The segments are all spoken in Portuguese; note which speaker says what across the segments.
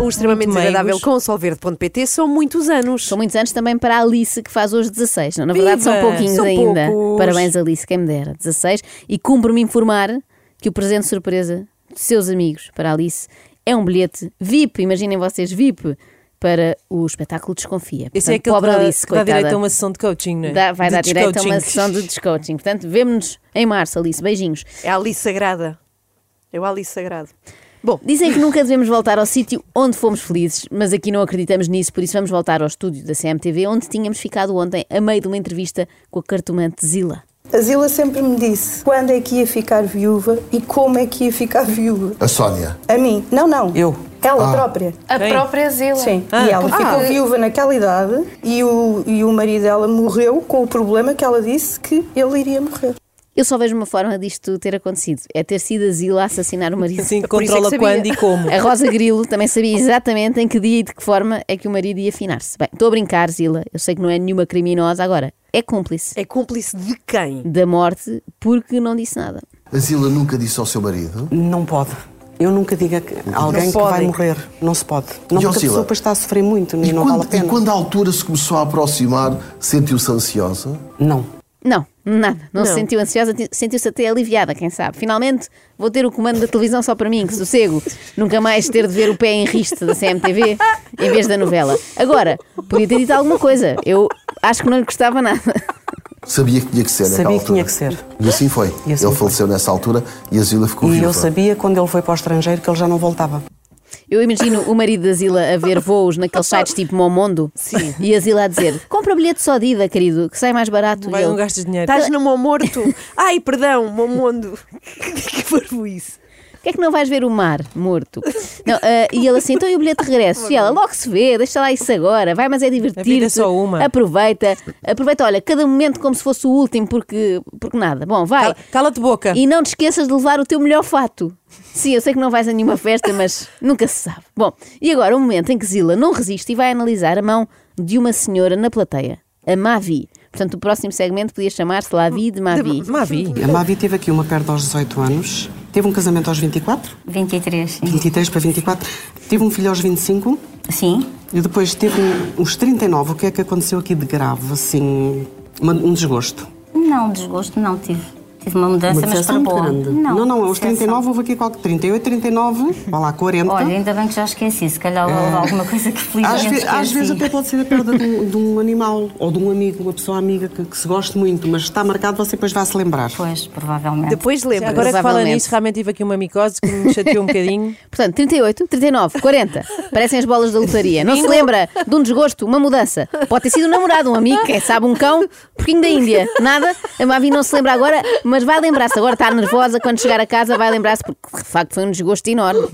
Speaker 1: o extremamente
Speaker 2: Muito
Speaker 1: desagradável
Speaker 2: meigos.
Speaker 1: com solverde.pt são muitos anos.
Speaker 3: São muitos anos também para a Alice, que faz hoje 16. Não, na verdade, são
Speaker 2: Viva!
Speaker 3: pouquinhos
Speaker 1: São
Speaker 3: ainda.
Speaker 1: poucos.
Speaker 3: Parabéns, Alice, quem me dera. 16. E cumpro-me informar que o presente de surpresa de seus amigos para a Alice é um bilhete VIP. Imaginem vocês, VIP, para o espetáculo Desconfia.
Speaker 2: Esse é aquele
Speaker 3: Portanto, pobre
Speaker 2: que dá,
Speaker 3: Alice,
Speaker 2: que dá
Speaker 3: coitada.
Speaker 2: direito a uma sessão de coaching, não é?
Speaker 3: Dá- vai
Speaker 2: De
Speaker 3: dar direito a uma
Speaker 2: descoaching.
Speaker 3: sessão de descoaching. Portanto, vemo-nos em março, Alice. Beijinhos.
Speaker 1: É a Alice Sagrada. É o Alice Sagrado.
Speaker 3: Bom, dizem que nunca devemos voltar ao sítio onde fomos felizes, mas aqui não acreditamos nisso, por isso vamos voltar ao estúdio da CMTV, onde tínhamos ficado ontem, a meio de uma entrevista com a cartomante Zila.
Speaker 4: A Zila sempre me disse quando é que ia ficar viúva e como é que ia ficar viúva.
Speaker 5: A Sónia.
Speaker 4: A mim, não, não.
Speaker 6: Eu? então.
Speaker 4: Ela
Speaker 5: Ah.
Speaker 4: própria.
Speaker 7: A
Speaker 2: Bem.
Speaker 7: própria Zila.
Speaker 4: Sim.
Speaker 2: Ah.
Speaker 4: E ela
Speaker 2: Ah.
Speaker 4: ficou viúva naquela idade e o, e o marido dela morreu com o problema que ela disse que ele iria morrer.
Speaker 3: Eu só vejo uma forma disto ter acontecido, é ter sido a Zila a assassinar o marido.
Speaker 2: Assim,
Speaker 1: Por isso é que
Speaker 2: controla
Speaker 1: sabia.
Speaker 2: quando e como.
Speaker 3: A Rosa Grilo também sabia exatamente em que dia e de que forma é que o marido ia afinar-se. Bem, estou a brincar, Zila, eu sei que não é nenhuma criminosa, agora é cúmplice
Speaker 1: É cúmplice de quem?
Speaker 3: da morte porque não disse nada.
Speaker 5: A Zila nunca disse ao seu marido.
Speaker 6: Não pode. Eu nunca digo a que- a alguém que vai
Speaker 1: podem.
Speaker 6: morrer. Não se pode. Não
Speaker 5: E, ó,
Speaker 6: porque
Speaker 5: Sila,
Speaker 6: a pessoa depois está a sofrer muito e,
Speaker 5: E
Speaker 6: não
Speaker 5: quando,
Speaker 6: vale a pena.
Speaker 5: e quando a altura se começou a aproximar, sentiu-se ansiosa?
Speaker 6: Não.
Speaker 3: Não, nada. Não, se
Speaker 1: Não.
Speaker 3: sentiu ansiosa, ti- sentiu-se até aliviada, quem sabe. Finalmente vou ter o comando da televisão só para mim, que sossego. Nunca mais ter de ver o pé em riste da CMTV em vez da novela. Agora, podia ter dito alguma coisa. Eu acho que não lhe gostava nada.
Speaker 5: Sabia que tinha que ser naquela
Speaker 6: Sabia que tinha
Speaker 5: altura.
Speaker 6: que ser.
Speaker 5: E assim foi.
Speaker 6: E assim
Speaker 5: ele
Speaker 6: foi.
Speaker 5: faleceu nessa altura e a Zila ficou
Speaker 6: E
Speaker 5: viúva.
Speaker 6: eu sabia quando ele foi para o estrangeiro que ele já não voltava.
Speaker 3: Eu imagino o marido da Zila a ver voos naqueles sites tipo Momondo Sim. e a Zila a dizer: compra bilhete só de ida, querido, que sai mais barato.
Speaker 2: Vai,
Speaker 3: E ele,
Speaker 1: um
Speaker 2: não gastas dinheiro.
Speaker 1: Estás no Mão Morto? Ai, perdão, Mão Mondo. que barulho isso.
Speaker 3: Porquê é que não vais ver o mar morto? Não, ah, e ele assim, então e o bilhete de regresso? E ela, logo se vê, deixa lá isso agora, vai, mas é divertir.
Speaker 2: A vida é só uma.
Speaker 3: Aproveita, aproveita, olha, cada momento como se fosse o último, porque, porque nada. Bom, vai.
Speaker 2: Cala- Cala-te boca.
Speaker 3: E não te esqueças de levar o teu melhor fato. Sim, eu sei que não vais a nenhuma festa, mas nunca se sabe. Bom, e agora o momento em que Zila não resiste e vai analisar a mão de uma senhora na plateia, a Mavi. Portanto, o próximo segmento podia chamar-se Lavi de Mavi.
Speaker 2: Mavi.
Speaker 6: A Mavi teve aqui uma perda aos 18 anos. Teve um casamento aos 24.
Speaker 8: 23, sim.
Speaker 6: 23 para 24. Teve um filho aos 25.
Speaker 8: Sim.
Speaker 6: E depois teve um- uns 39. O que é que aconteceu aqui de grave? Assim, uma- um desgosto.
Speaker 8: Não, desgosto não tive. Tive é uma mudança,
Speaker 6: Uma
Speaker 8: mas para
Speaker 6: decepção
Speaker 8: boa.
Speaker 6: grande. Não, não, aos
Speaker 8: decepção.
Speaker 6: 39 houve aqui qualquer 38, 39, vá lá, 40.
Speaker 8: Olha, ainda bem que já esqueci. Se calhar houve alguma coisa que
Speaker 6: É. Às,
Speaker 8: felizmente
Speaker 6: ve-
Speaker 8: esqueci.
Speaker 6: às vezes até pode ser a perda de um, de um animal ou de um amigo, uma pessoa amiga que, que se goste muito, mas está marcado, você depois vai se lembrar.
Speaker 8: Pois, provavelmente.
Speaker 1: Depois lembra
Speaker 2: Agora que fala
Speaker 3: Provavelmente.
Speaker 2: nisso, realmente tive aqui uma micose que me chateou um bocadinho.
Speaker 3: Portanto, 38, 39, 40. Parecem as bolas da lotaria. Não se lembra de um desgosto, uma mudança. Pode ter sido um namorado, um amigo, quem sabe um cão, porquinho da Índia. Nada. A Mavi não se lembra agora, mas vai lembrar-se. Agora está nervosa, quando chegar a casa vai lembrar-se, porque de facto foi um desgosto enorme.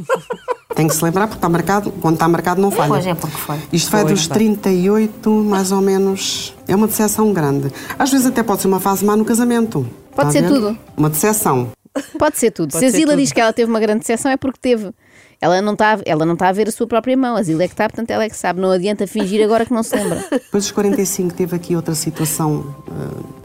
Speaker 6: Tem que se lembrar porque está marcado, quando está marcado não falha.
Speaker 8: Pois é, porque foi.
Speaker 6: Isto vai
Speaker 2: Pois,
Speaker 6: dos
Speaker 2: pá.
Speaker 6: 38, mais ou menos. É uma decepção grande. Às vezes até pode ser uma fase má no casamento.
Speaker 3: Pode
Speaker 6: Está a
Speaker 3: ser
Speaker 6: ver?
Speaker 3: tudo.
Speaker 6: Uma decepção.
Speaker 3: Pode ser tudo.
Speaker 2: Pode
Speaker 3: Se a
Speaker 2: ser
Speaker 3: Zila
Speaker 2: tudo.
Speaker 3: diz que ela teve uma grande decepção é porque teve. Ela não está ela não está a ver a sua própria mão. A Zila é que está, portanto ela é que sabe. Não adianta fingir agora que não se lembra.
Speaker 6: Depois dos 45 teve aqui outra situação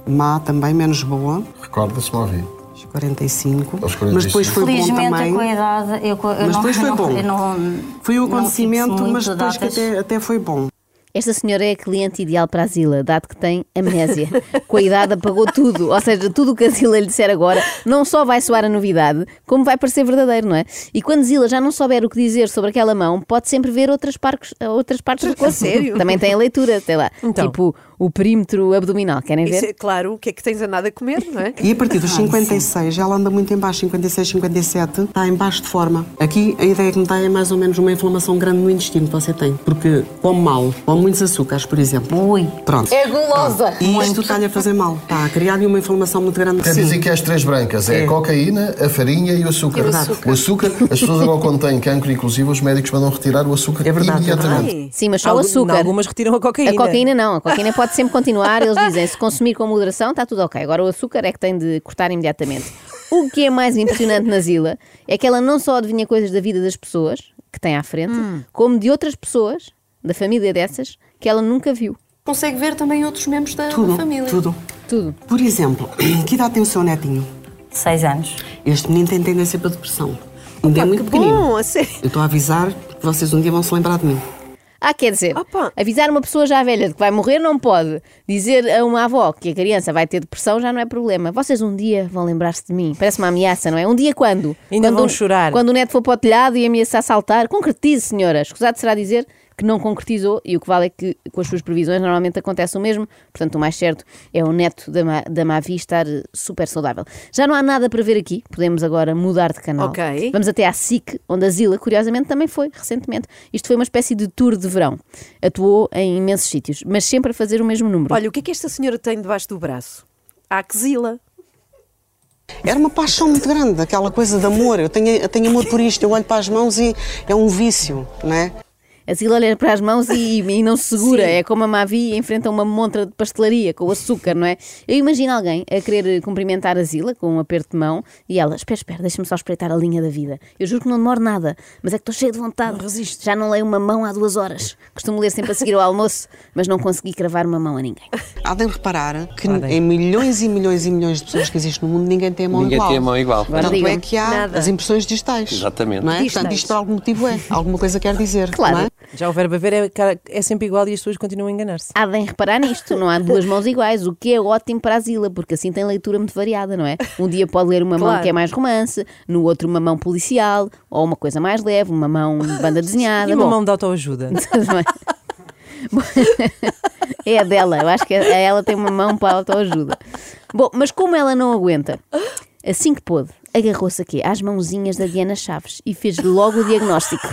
Speaker 6: eh, má também, menos boa.
Speaker 5: Recorda-se, Mavi.
Speaker 6: Aos 45.
Speaker 5: Aos
Speaker 6: Mas depois
Speaker 5: 45.
Speaker 6: foi bom
Speaker 8: Felizmente,
Speaker 6: também.
Speaker 8: com a idade, eu, co- eu
Speaker 6: Mas
Speaker 8: não,
Speaker 6: depois foi
Speaker 8: não-
Speaker 6: bom.
Speaker 8: eu não-
Speaker 6: Foi o
Speaker 8: não
Speaker 6: acontecimento,
Speaker 8: fixo muito
Speaker 6: mas depois que
Speaker 8: datas.
Speaker 6: até, até foi bom.
Speaker 3: Esta senhora é a cliente ideal para a Zila, dado que tem amnésia. Com a idade apagou tudo, ou seja, tudo o que a Zila lhe disser agora não só vai soar a novidade, como vai parecer verdadeiro, não é? E quando Zila já não souber o que dizer sobre aquela mão, pode sempre ver outras, parques, outras partes do corpo.
Speaker 1: sério?
Speaker 3: Também tem a leitura, sei lá.
Speaker 2: Então.
Speaker 3: Tipo o perímetro abdominal, querem ver?
Speaker 1: Isso é claro, o que é que tens a nada a comer, não é?
Speaker 6: E a partir
Speaker 8: Ah,
Speaker 6: dos 56, ela anda muito em baixo, 56, 57, está em baixo de forma. Aqui a ideia que me dá é mais ou menos uma inflamação grande no intestino que você tem, porque come mal, come muitos açúcares, por exemplo.
Speaker 8: Ui.
Speaker 6: Pronto.
Speaker 8: É gulosa.
Speaker 6: E isto está-lhe a fazer mal. Está a criar-lhe uma inflamação muito grande.
Speaker 5: Quer dizer É que as três brancas é, a cocaína, a farinha e o açúcar.
Speaker 6: açúcar.
Speaker 5: O açúcar, as pessoas agora quando têm cancro, inclusive, os médicos mandam retirar o açúcar
Speaker 6: É verdade, é
Speaker 5: imediatamente.
Speaker 1: Ai,
Speaker 3: Sim, mas só o
Speaker 2: Algu-
Speaker 3: açúcar.
Speaker 2: Algumas retiram a cocaína.
Speaker 3: A cocaína não, a cocaína pode sempre continuar. Eles dizem, se consumir com moderação, está tudo ok. Agora o açúcar é que tem de cortar imediatamente. O que é mais impressionante na Zila é que ela não só adivinha coisas da vida das pessoas que tem à frente,
Speaker 2: Hum.
Speaker 3: como de outras pessoas, da família dessas, que ela nunca viu.
Speaker 7: Consegue ver também outros membros da, da
Speaker 6: Tudo,
Speaker 7: família.
Speaker 6: tudo.
Speaker 3: Tudo.
Speaker 6: Por exemplo, que idade tem o seu netinho?
Speaker 8: Seis anos.
Speaker 6: Este menino tem tendência para depressão. Ainda é muito
Speaker 1: que
Speaker 6: pequenino.
Speaker 1: bom, a sério.
Speaker 6: Eu estou a avisar Vocês um dia vão se lembrar de mim.
Speaker 3: Ah, quer dizer,
Speaker 1: Opa.
Speaker 3: avisar uma pessoa já velha de que vai morrer não pode. Dizer a uma avó que a criança vai ter depressão já não é problema. Vocês um dia vão lembrar-se de mim. Parece uma ameaça, não é? Um dia quando?
Speaker 2: Ainda
Speaker 3: quando
Speaker 2: vão
Speaker 3: o-
Speaker 2: chorar.
Speaker 3: Quando o neto for para o telhado e ameaçar saltar. Concretize, senhora. Escusado será dizer que não concretizou e o que vale é que com as suas previsões normalmente acontece o mesmo. Portanto, o mais certo é o neto da, Ma, da Mavi estar eh, super saudável. Já não há nada para ver aqui. Podemos agora mudar de canal.
Speaker 1: Ok.
Speaker 3: Vamos até à SIC, onde a Zila, curiosamente, também foi recentemente. Isto foi uma espécie de tour de verão. Atuou em imensos sítios, mas sempre a fazer o mesmo número.
Speaker 1: Olha, o que é que esta senhora tem debaixo do braço? A axila.
Speaker 6: Era uma paixão muito grande, aquela coisa de amor. Eu tenho, eu tenho amor por isto, eu olho para as mãos e é um vício, não é?
Speaker 3: A Zila olha para as mãos e, e não se segura. É como a Mavi enfrenta uma montra de pastelaria com açúcar, não é? Eu imagino alguém a querer cumprimentar a Zila com um aperto de mão e ela, espera, espera, deixa-me só espreitar a linha da vida. Eu juro que não demoro nada, mas é que estou cheia de vontade. resisto. Já não leio uma mão há duas horas. Costumo ler sempre a seguir ao almoço, mas não consegui cravar uma mão a ninguém.
Speaker 6: Há de reparar que em milhões e milhões e milhões de pessoas que existem no mundo, ninguém tem a mão
Speaker 9: Ninguém
Speaker 6: igual.
Speaker 9: tem a mão igual.
Speaker 3: Agora
Speaker 6: Tanto
Speaker 3: digam-me.
Speaker 6: é que há
Speaker 1: Nada.
Speaker 6: as impressões digitais.
Speaker 9: Exatamente.
Speaker 6: Não é? Portanto,
Speaker 1: Digitais.
Speaker 6: isto por algum motivo é. Alguma coisa quer dizer.
Speaker 3: Claro.
Speaker 6: Não é?
Speaker 2: Já o verbo haver é, cara, é sempre igual e as pessoas continuam a enganar-se.
Speaker 3: Há bem reparar nisto, não há duas mãos iguais, o que é ótimo para a Zila, porque assim tem leitura muito variada, não é? Um dia pode ler uma mão
Speaker 1: Claro.
Speaker 3: que é mais romance, no outro uma mão policial, ou uma coisa mais leve, uma mão de banda desenhada.
Speaker 2: E uma
Speaker 3: Bom,
Speaker 2: mão de autoajuda.
Speaker 3: tudo bem. Bom, é a dela, eu acho que a- ela tem uma mão para a autoajuda. Bom, mas como ela não aguenta, assim que pôde, agarrou-se aqui às mãozinhas da Diana Chaves e fez logo o diagnóstico.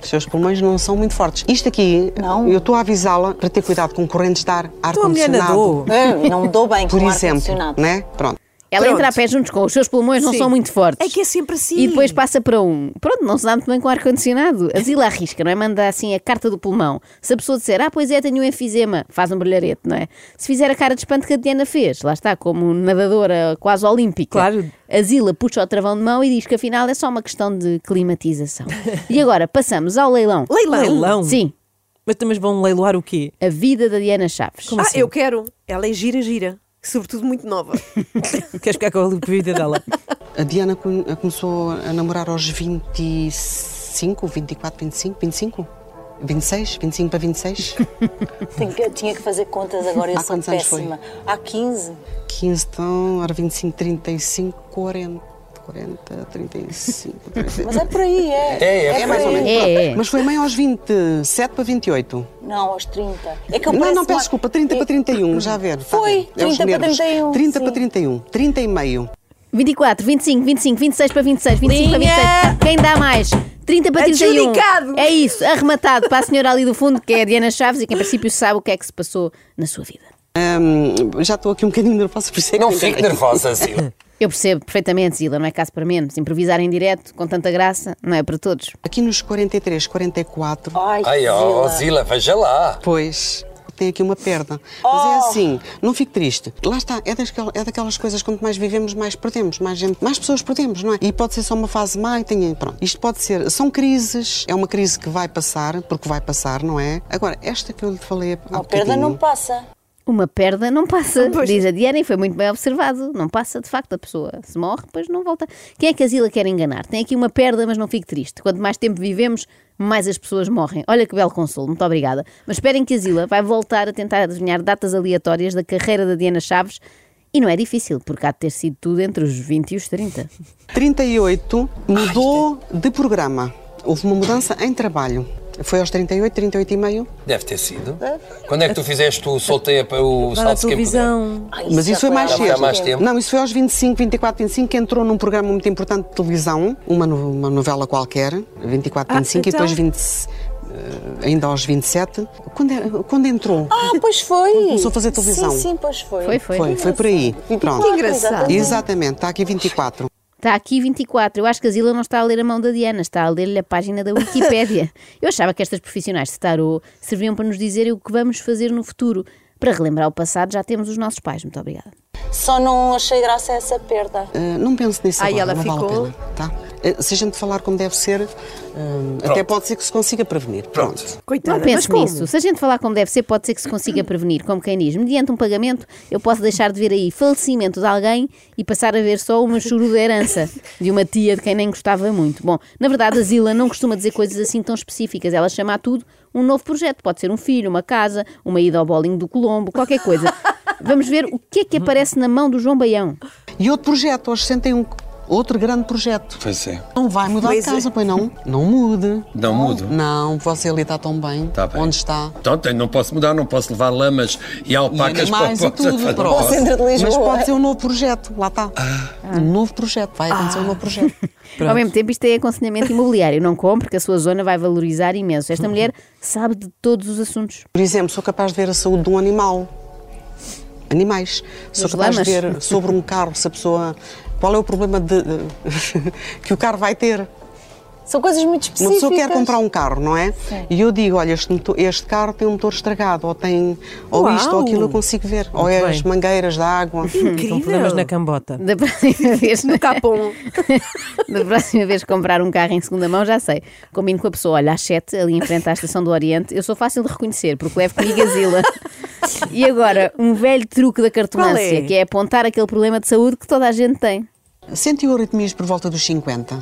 Speaker 6: Os seus pulmões não são muito fortes. Isto aqui, eu estou a avisá-la para ter cuidado com correntes de ar,
Speaker 2: Então a mulher nadou.
Speaker 6: ar-condicionado.
Speaker 8: É, Não me dou bem
Speaker 6: Por
Speaker 8: com
Speaker 6: exemplo,
Speaker 8: ar-condicionado.
Speaker 6: né? Pronto.
Speaker 3: Ela
Speaker 1: Pronto.
Speaker 3: entra a pé juntos com os seus pulmões, não
Speaker 1: Sim.
Speaker 3: são muito fortes.
Speaker 1: É que é sempre assim.
Speaker 3: E depois passa para um. Pronto, não se dá muito bem com ar-condicionado. A Zila arrisca, não é? Manda assim a carta do pulmão. Se a pessoa disser, ah, pois é, tenho um enfisema, faz um brilharete, não é? Se fizer a cara de espanto que a Diana fez, lá está, como nadadora quase olímpica.
Speaker 2: Claro.
Speaker 3: A Zila puxa o travão de mão e diz que afinal é só uma questão de climatização. e agora passamos ao leilão.
Speaker 1: Leilão.
Speaker 2: Leilão.
Speaker 3: Sim,
Speaker 2: Mas também vão leiloar o quê?
Speaker 3: a vida da Diana Chaves.
Speaker 1: Ah,
Speaker 2: assim?
Speaker 1: eu quero. Ela é gira, gira. Sobretudo muito nova.
Speaker 2: Queres ficar com a vida dela?
Speaker 6: A Diana co- começou a namorar aos 25, 24, 25, 25? 26? 25 para 26?
Speaker 8: Tenho que- tinha que fazer contas agora, eu
Speaker 6: Há
Speaker 8: sou
Speaker 6: quantos anos foi?
Speaker 8: péssima. Há 15.
Speaker 6: 15, então, era 25, 35, 40. 40, 35, 35.
Speaker 8: Mas é por aí, é.
Speaker 9: É, é,
Speaker 6: É mais ou
Speaker 8: por aí.
Speaker 6: menos.
Speaker 3: É, é.
Speaker 6: Mas foi meio aos 27 para 28.
Speaker 8: Não, aos 30. É que eu
Speaker 6: Não,
Speaker 8: pareço
Speaker 6: não, peço
Speaker 8: uma-
Speaker 6: desculpa, 30 para 31, já a ver. está a
Speaker 8: Foi,
Speaker 6: ver, é os
Speaker 8: 30 para
Speaker 6: nervos.
Speaker 8: 31,
Speaker 6: 30
Speaker 8: sim.
Speaker 6: para 31, 30 e meio.
Speaker 3: 24, 25, 25, 26 para 26, 25 para 26. Quem dá mais? 30 para 31.
Speaker 1: Adjudicado.
Speaker 3: É isso, arrematado para a senhora ali do fundo, que é a Diana Chaves e que em princípio sabe o que é que se passou na sua vida.
Speaker 6: Hum, já estou aqui um bocadinho nervosa por isso é que
Speaker 9: Não
Speaker 6: me
Speaker 9: fique
Speaker 6: enganei.
Speaker 9: nervosa, assim.
Speaker 3: Eu percebo perfeitamente, Zila, não é caso para menos. Improvisar em direto, com tanta graça, não é para todos.
Speaker 6: Aqui nos 43, 44,
Speaker 8: Ai,
Speaker 9: Ai,
Speaker 8: Zila.
Speaker 9: ó, Zila, veja lá.
Speaker 6: pois tem aqui uma perda. Mas
Speaker 8: Oh!
Speaker 6: é assim, não fique triste. Lá está, é, dasquel- é daquelas coisas quanto mais vivemos, mais perdemos, mais gente, mais pessoas perdemos, não é? E pode ser só uma fase má e tem, pronto. Isto pode ser, são crises, é uma crise que vai passar, porque vai passar, não é? Agora, esta que eu lhe falei há
Speaker 8: Uma perda não
Speaker 6: bocadinho,
Speaker 8: passa.
Speaker 3: Uma perda não passa,
Speaker 1: Pois.
Speaker 3: diz a Diana, e foi muito bem observado. Não passa, de facto, a pessoa se morre, depois não volta. Quem é que a Zila quer enganar? Tem aqui uma perda, mas não fique triste. Quanto mais tempo vivemos, mais as pessoas morrem. Olha que belo consolo, muito obrigada. Mas esperem que a Zila vai voltar a tentar adivinhar datas aleatórias da carreira da Diana Chaves. E não é difícil, porque há de ter sido tudo entre os 20 e os 30.
Speaker 6: 38 mudou
Speaker 8: é-
Speaker 6: de programa. Houve uma mudança em trabalho. Foi aos 38, 38 e meio.
Speaker 9: Deve ter sido. Quando é que tu fizeste o soltei a- o
Speaker 2: Vai na
Speaker 9: salto quem puder?
Speaker 2: televisão.
Speaker 8: Ai,
Speaker 6: Mas isso
Speaker 8: já
Speaker 6: foi mais
Speaker 9: há
Speaker 8: há
Speaker 9: muito
Speaker 6: cedo.
Speaker 9: mais tempo.
Speaker 6: Não, isso foi aos 25, 24, 25, que entrou num programa muito importante de televisão, uma, no- uma novela qualquer, 24, 25,
Speaker 1: então-
Speaker 6: e depois 20, eh, ainda aos 27. Quando, é- quando entrou?
Speaker 8: Ah, pois foi.
Speaker 6: começou a fazer televisão.
Speaker 8: Sim, sim, pois foi.
Speaker 3: Foi, foi.
Speaker 6: foi, foi por aí.
Speaker 1: Que
Speaker 6: Pronto.
Speaker 1: engraçado.
Speaker 6: Exatamente, está aqui 24.
Speaker 3: Está Tá aqui 24. Eu acho que a Zila não está a ler a mão da Diana, está a ler-lhe a página da Wikipédia. Eu achava que estas profissionais de tarô serviam para nos dizer o que vamos fazer no futuro. Para relembrar o passado, já temos os nossos pais. Muito obrigada.
Speaker 8: Só não achei graça a essa perda.
Speaker 6: Eh, não pense nisso
Speaker 1: Aí
Speaker 6: agora,
Speaker 1: ela
Speaker 6: não
Speaker 1: ficou.
Speaker 6: vale a pena, tá? Eh, se a gente falar como deve ser, eh, até pode ser que se consiga prevenir. Pronto.
Speaker 1: Ah, Coitada,
Speaker 3: Não
Speaker 1: mas
Speaker 3: penso
Speaker 1: como?
Speaker 2: Então
Speaker 3: nisso. Se a gente falar como deve ser, pode ser que se consiga prevenir, como quem diz. Mediante um pagamento, eu posso deixar de ver aí falecimento de alguém e passar a ver só uma churu da herança de uma tia de quem nem gostava muito. Bom, na verdade, a Zila não costuma dizer coisas assim tão específicas. Ela chama a tudo um novo projeto. Pode ser um filho, uma casa, uma ida ao bolinho do Colombo, qualquer coisa. Vamos ver o que é que aparece na mão do João Baião.
Speaker 6: E outro projeto, aos 61. Outro grande projeto.
Speaker 9: Pois é.
Speaker 6: Não vai mudar de casa, pois não? Não mude.
Speaker 9: Não mudo.
Speaker 6: Não, você ali está tão bem.
Speaker 9: Tá bem.
Speaker 6: Onde está?
Speaker 9: Então tem- não posso mudar, não posso levar lamas e
Speaker 6: E
Speaker 9: alpacas
Speaker 6: animais
Speaker 9: para
Speaker 6: e
Speaker 9: o Porto.
Speaker 6: tudo.
Speaker 8: Ao
Speaker 6: pronto.
Speaker 8: centro de
Speaker 6: Mas
Speaker 8: Lisboa.
Speaker 6: pode ser um novo projeto. Lá está.
Speaker 9: Ah.
Speaker 6: Um novo projeto. Vai acontecer um novo projeto.
Speaker 3: Ao mesmo tempo, isto é aconselhamento imobiliário. Não compre, que a sua zona vai valorizar imenso. Esta mulher sabe de todos os assuntos.
Speaker 6: Por exemplo, sou capaz de ver a saúde de um animal. Animais. Sou
Speaker 3: Dos
Speaker 6: capaz
Speaker 3: lamas.
Speaker 6: de ver sobre um carro se a pessoa. Qual é o problema de- de- que o carro vai ter?
Speaker 8: São coisas
Speaker 6: Uma
Speaker 8: muito específicas.
Speaker 6: pessoa quer comprar um carro, não é? E eu digo, olha, este, motor- este carro tem um motor estragado, ou tem ou
Speaker 2: Uau!
Speaker 6: isto ou aquilo, eu consigo ver. ou é
Speaker 2: bem.
Speaker 6: as mangueiras da água.
Speaker 2: Com problemas na cambota.
Speaker 3: Da próxima vez.
Speaker 1: No capão.
Speaker 3: Da próxima vez que comprar um carro em segunda mão, já sei. Combino com a pessoa, olha, às 7, ali em frente à Estação do Oriente, eu sou fácil de reconhecer, porque levo comigo a Zila. E agora, um velho truque da cartomância,
Speaker 1: Qual é?
Speaker 3: que é apontar aquele problema de saúde que toda a gente tem.
Speaker 6: Sentiu arritmias por volta dos 50,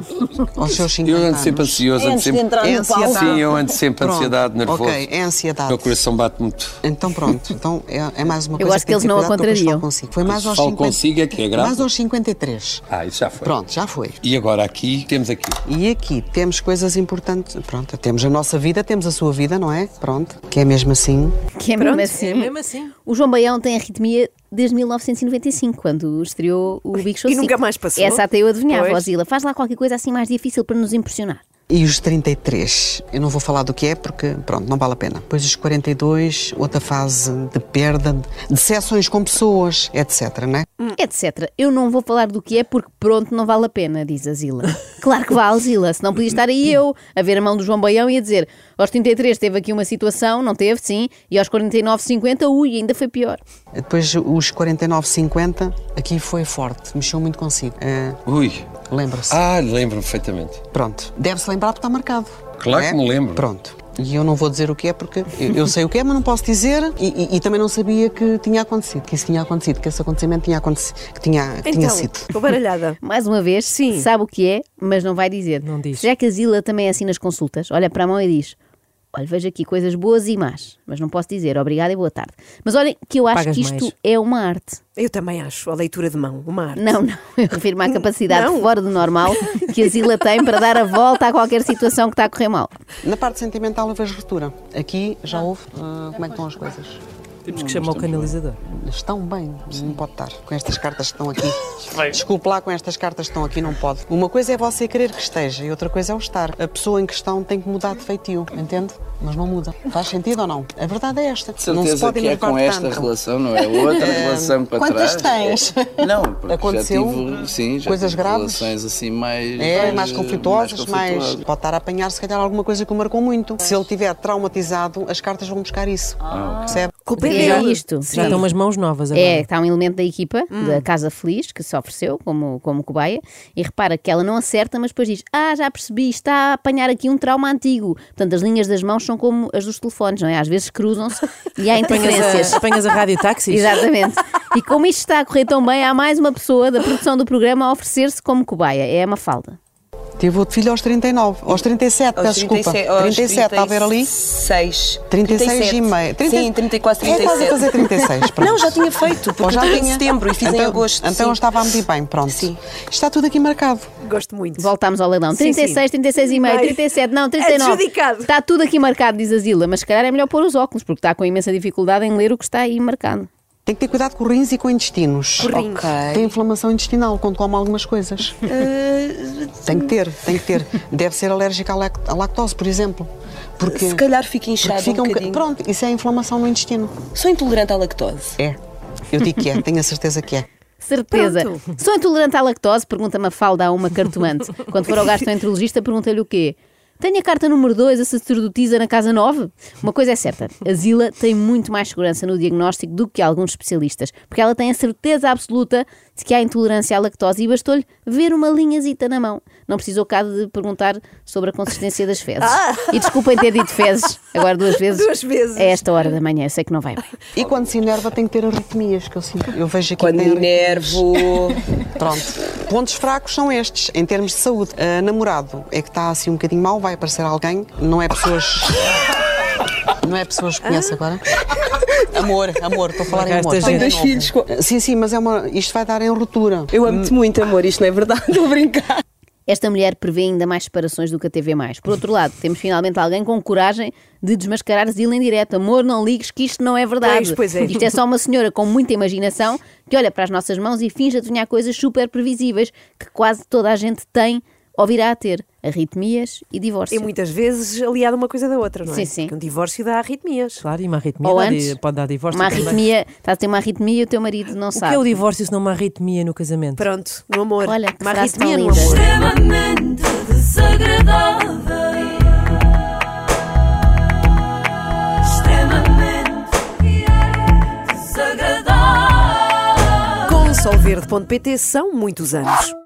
Speaker 6: aos seus 50
Speaker 9: Eu ando
Speaker 6: anos.
Speaker 9: sempre ansioso, ando
Speaker 8: Antes de
Speaker 9: sempre.
Speaker 8: entrar
Speaker 6: É
Speaker 8: no palco.
Speaker 6: ansiedade.
Speaker 9: Sim, eu ando sempre
Speaker 6: Pronto,
Speaker 9: ansiedade, nervoso.
Speaker 6: Ok, é ansiedade.
Speaker 9: Meu coração bate muito.
Speaker 6: Então pronto, então é, é mais uma
Speaker 3: Eu
Speaker 6: coisa
Speaker 3: acho que
Speaker 6: tem
Speaker 3: eles não a
Speaker 6: cuidar, porque eu
Speaker 3: contrariam.
Speaker 6: falo Consigo. Foi mais
Speaker 9: Isso
Speaker 6: aos
Speaker 9: falo
Speaker 6: 50,
Speaker 9: consigo é que é grave.
Speaker 6: Mais aos 53.
Speaker 9: Ah, isso já foi.
Speaker 6: Pronto, já foi.
Speaker 9: E agora aqui temos aqui.
Speaker 6: E aqui temos coisas importantes. Pronto, temos a nossa vida, temos a sua vida, não é? Pronto, que é mesmo assim.
Speaker 3: Que é mesmo assim.
Speaker 2: Mesmo assim.
Speaker 3: O João Baião tem arritmia desde 1995, quando estreou o Big Show
Speaker 1: E
Speaker 3: 5.
Speaker 1: nunca mais passou.
Speaker 3: Essa até eu adivinhava,
Speaker 1: Pois.
Speaker 3: ó Zila. Faz lá qualquer coisa assim mais difícil para nos impressionar.
Speaker 6: E os 33, eu não vou falar do que é porque, pronto, não vale a pena. Depois os 42, outra fase de perda, de- de sessões com pessoas, etc, né?
Speaker 3: etc. Eu não vou falar do que é porque pronto, não vale a pena, diz a Zila. Claro que vale, Zila, senão podia estar aí eu a ver a mão do João Baião e a dizer aos 33 teve aqui uma situação, não teve, sim, e aos 49, 50, ui, ainda foi pior.
Speaker 6: Depois os 49, 50, aqui foi forte, mexeu muito consigo. Eh,
Speaker 9: Ui.
Speaker 6: Lembra-se.
Speaker 9: Ah, lembro-me perfeitamente.
Speaker 6: Pronto. Deve-se lembrar porque está marcado.
Speaker 9: Claro
Speaker 6: não é?
Speaker 9: que me lembro.
Speaker 6: Pronto. E eu não vou dizer o que é porque eu, eu sei o que é, mas não posso dizer. E, e- e também não sabia que tinha acontecido, que isso tinha acontecido, que esse acontecimento tinha acontecido, que tinha, que tinha
Speaker 1: Então,
Speaker 6: sido.
Speaker 1: estou baralhada.
Speaker 3: Mais uma vez,
Speaker 1: Sim.
Speaker 3: sabe o que é, mas não vai dizer.
Speaker 2: Não diz.
Speaker 3: Já que a Zila também é assim nas consultas, olha para a mão e diz: Olha, vejo aqui coisas boas e más, mas não posso dizer obrigada e boa tarde. Mas olhem, que eu acho
Speaker 2: Pagas
Speaker 3: que isto
Speaker 2: mais.
Speaker 3: é uma arte.
Speaker 1: Eu também acho, a leitura de mão, uma arte.
Speaker 3: Não, não. Eu refiro-me à capacidade
Speaker 1: Não.
Speaker 3: fora do normal que a Zila tem para dar a volta a qualquer situação que está a correr mal.
Speaker 6: Na parte sentimental eu vejo ruptura. Aqui já houve eh, como é que estão as coisas.
Speaker 2: Temos que chamar o canalizador.
Speaker 6: Estão bem, não pode estar. Com estas cartas que estão aqui. Desculpe lá, com estas cartas que estão aqui, não pode. Uma coisa é você querer que esteja e outra coisa é o estar. A pessoa em questão tem que mudar de feitio, entende? Mas não muda. Faz sentido ou não? A verdade é esta.
Speaker 10: De
Speaker 6: não se
Speaker 10: certeza
Speaker 6: pode
Speaker 10: que é
Speaker 6: enervar
Speaker 10: com esta
Speaker 6: tanto.
Speaker 10: relação, não é outra relação para
Speaker 8: quantas
Speaker 10: trás. tens? Não, porque
Speaker 6: Aconteceu
Speaker 10: já tive, sim, já
Speaker 6: coisas
Speaker 10: tive
Speaker 6: graves?
Speaker 10: relações assim mais...
Speaker 6: É, mais
Speaker 10: eh,
Speaker 6: conflituosas, mais,
Speaker 10: conflituosas.
Speaker 6: Pode estar a apanhar, se calhar, alguma coisa que o marcou muito. Se ele tiver traumatizado, as cartas vão buscar isso.
Speaker 10: Ah,
Speaker 6: Percebe?
Speaker 1: Culpa é
Speaker 3: E é
Speaker 1: dele.
Speaker 3: isto.
Speaker 2: Já estão umas mãos novas agora.
Speaker 3: É, está um elemento da equipa, da Casa Feliz, que se ofereceu como, como cobaia, e repara que ela não acerta, mas depois diz: Ah, já percebi, está a apanhar aqui um trauma antigo. Portanto, as linhas das mãos são como as dos telefones, não é? Às vezes cruzam-se e
Speaker 1: é.
Speaker 3: há
Speaker 2: Apanhas
Speaker 3: interferências.
Speaker 2: a, apanhas a rádio táxis?
Speaker 3: Exatamente. E como isto está a correr tão bem, há mais uma pessoa da produção do programa a oferecer-se como cobaia. É uma falda.
Speaker 6: Teve outro filho aos 39, aos 37, peço desculpa. 37, está tá a ver ali?
Speaker 8: 36.
Speaker 6: 36 e meio. 30
Speaker 8: Sim, 34,
Speaker 6: É quase a
Speaker 8: 37.
Speaker 6: fazer 36, pronto.
Speaker 8: Não, já tinha feito, porque
Speaker 6: Ou já
Speaker 8: eu tenho em
Speaker 6: tinha.
Speaker 8: setembro e fiz
Speaker 6: então,
Speaker 8: em agosto.
Speaker 6: Então
Speaker 8: sim.
Speaker 6: eu estava a medir bem, pronto.
Speaker 8: Sim.
Speaker 6: Está tudo aqui marcado.
Speaker 1: Gosto muito.
Speaker 3: Voltámos ao leilão.
Speaker 1: Sim,
Speaker 3: 36, 36 e meio,
Speaker 1: Bem.
Speaker 3: 37, não, 39.
Speaker 1: Adjudicado.
Speaker 3: Está tudo aqui marcado, diz a Zila, mas se calhar é melhor pôr os óculos, porque está com imensa dificuldade em ler o que está aí marcado.
Speaker 6: Tem que ter cuidado com rins e com intestinos.
Speaker 1: Rins.
Speaker 8: Ok.
Speaker 6: Tem inflamação intestinal quando come algumas coisas. tem que ter, tem que ter. Deve ser alérgica à lac- à lactose, por exemplo. Porque,
Speaker 8: Se calhar fica
Speaker 6: porque
Speaker 8: inchado
Speaker 6: fica
Speaker 8: um
Speaker 6: um ca-
Speaker 8: bocadinho.
Speaker 6: Pronto, isso é inflamação no intestino.
Speaker 8: Sou intolerante à lactose.
Speaker 6: É. Eu digo que é, tenho a certeza que é.
Speaker 3: Certeza. Sou intolerante à lactose? Pergunta-me a falda a uma cartomante. Quando for ao gastroenterologista, pergunta-lhe o quê? Tenho a carta número 2, a sacerdotisa na casa 9. Uma coisa é certa, a Zila tem muito mais segurança no diagnóstico do que alguns especialistas, porque ela tem a certeza absoluta de que há intolerância à lactose e bastou-lhe ver uma linhazita na mão. Não precisou cá de perguntar sobre a consistência das fezes. E desculpem ter dito fezes, agora duas vezes.
Speaker 1: Ah! Duas vezes.
Speaker 3: A esta hora da manhã, eu sei que não vai bem.
Speaker 6: E quando se enerva tem que ter arritmias, que eu sinto. Eu vejo aqui
Speaker 8: Quando
Speaker 6: que tem arritmias.
Speaker 8: enervo.
Speaker 6: Pronto. Pontos fracos são estes, em termos de saúde. Ah, namorado é que está assim um bocadinho mal, vai aparecer alguém. Não é pessoas. Não é pessoas que conhece agora? Amor, amor, estou a falar em
Speaker 2: Esta
Speaker 6: amor.
Speaker 2: gente.
Speaker 8: Tenho dois filhos. com-
Speaker 6: Sim, sim, mas é uma, isto vai dar em ruptura.
Speaker 8: Eu amo-te muito, amor, isto não é verdade, estou a brincar.
Speaker 3: Esta mulher prevê ainda mais separações do que a TV. Por outro lado, temos finalmente alguém com coragem de desmascarar Zila em direto. Amor, não ligues que isto não é verdade.
Speaker 1: Pois, pois é.
Speaker 3: Isto é só uma senhora com muita imaginação que olha para as nossas mãos e finge adivinhar coisas super previsíveis que quase toda a gente tem ou virá a ter. Arritmias e divórcio.
Speaker 1: E muitas vezes aliado uma coisa da outra, não é?
Speaker 3: Sim, sim.
Speaker 1: Porque um divórcio dá arritmias.
Speaker 2: Claro, e uma arritmia
Speaker 3: Ou
Speaker 2: dá di-
Speaker 3: antes,
Speaker 2: pode dar divórcio.
Speaker 3: uma
Speaker 2: também.
Speaker 3: arritmia, está a ter uma arritmia e o teu marido não
Speaker 2: O que
Speaker 3: sabe.
Speaker 2: é o divórcio se não uma arritmia no casamento?
Speaker 1: Pronto, no amor.
Speaker 3: Olha, que
Speaker 1: uma
Speaker 3: frase tão
Speaker 1: arritmia no
Speaker 3: linda.
Speaker 1: amor.
Speaker 7: Extremamente desagradável. Extremamente desagradável.
Speaker 1: Com solverde.pt são muitos anos.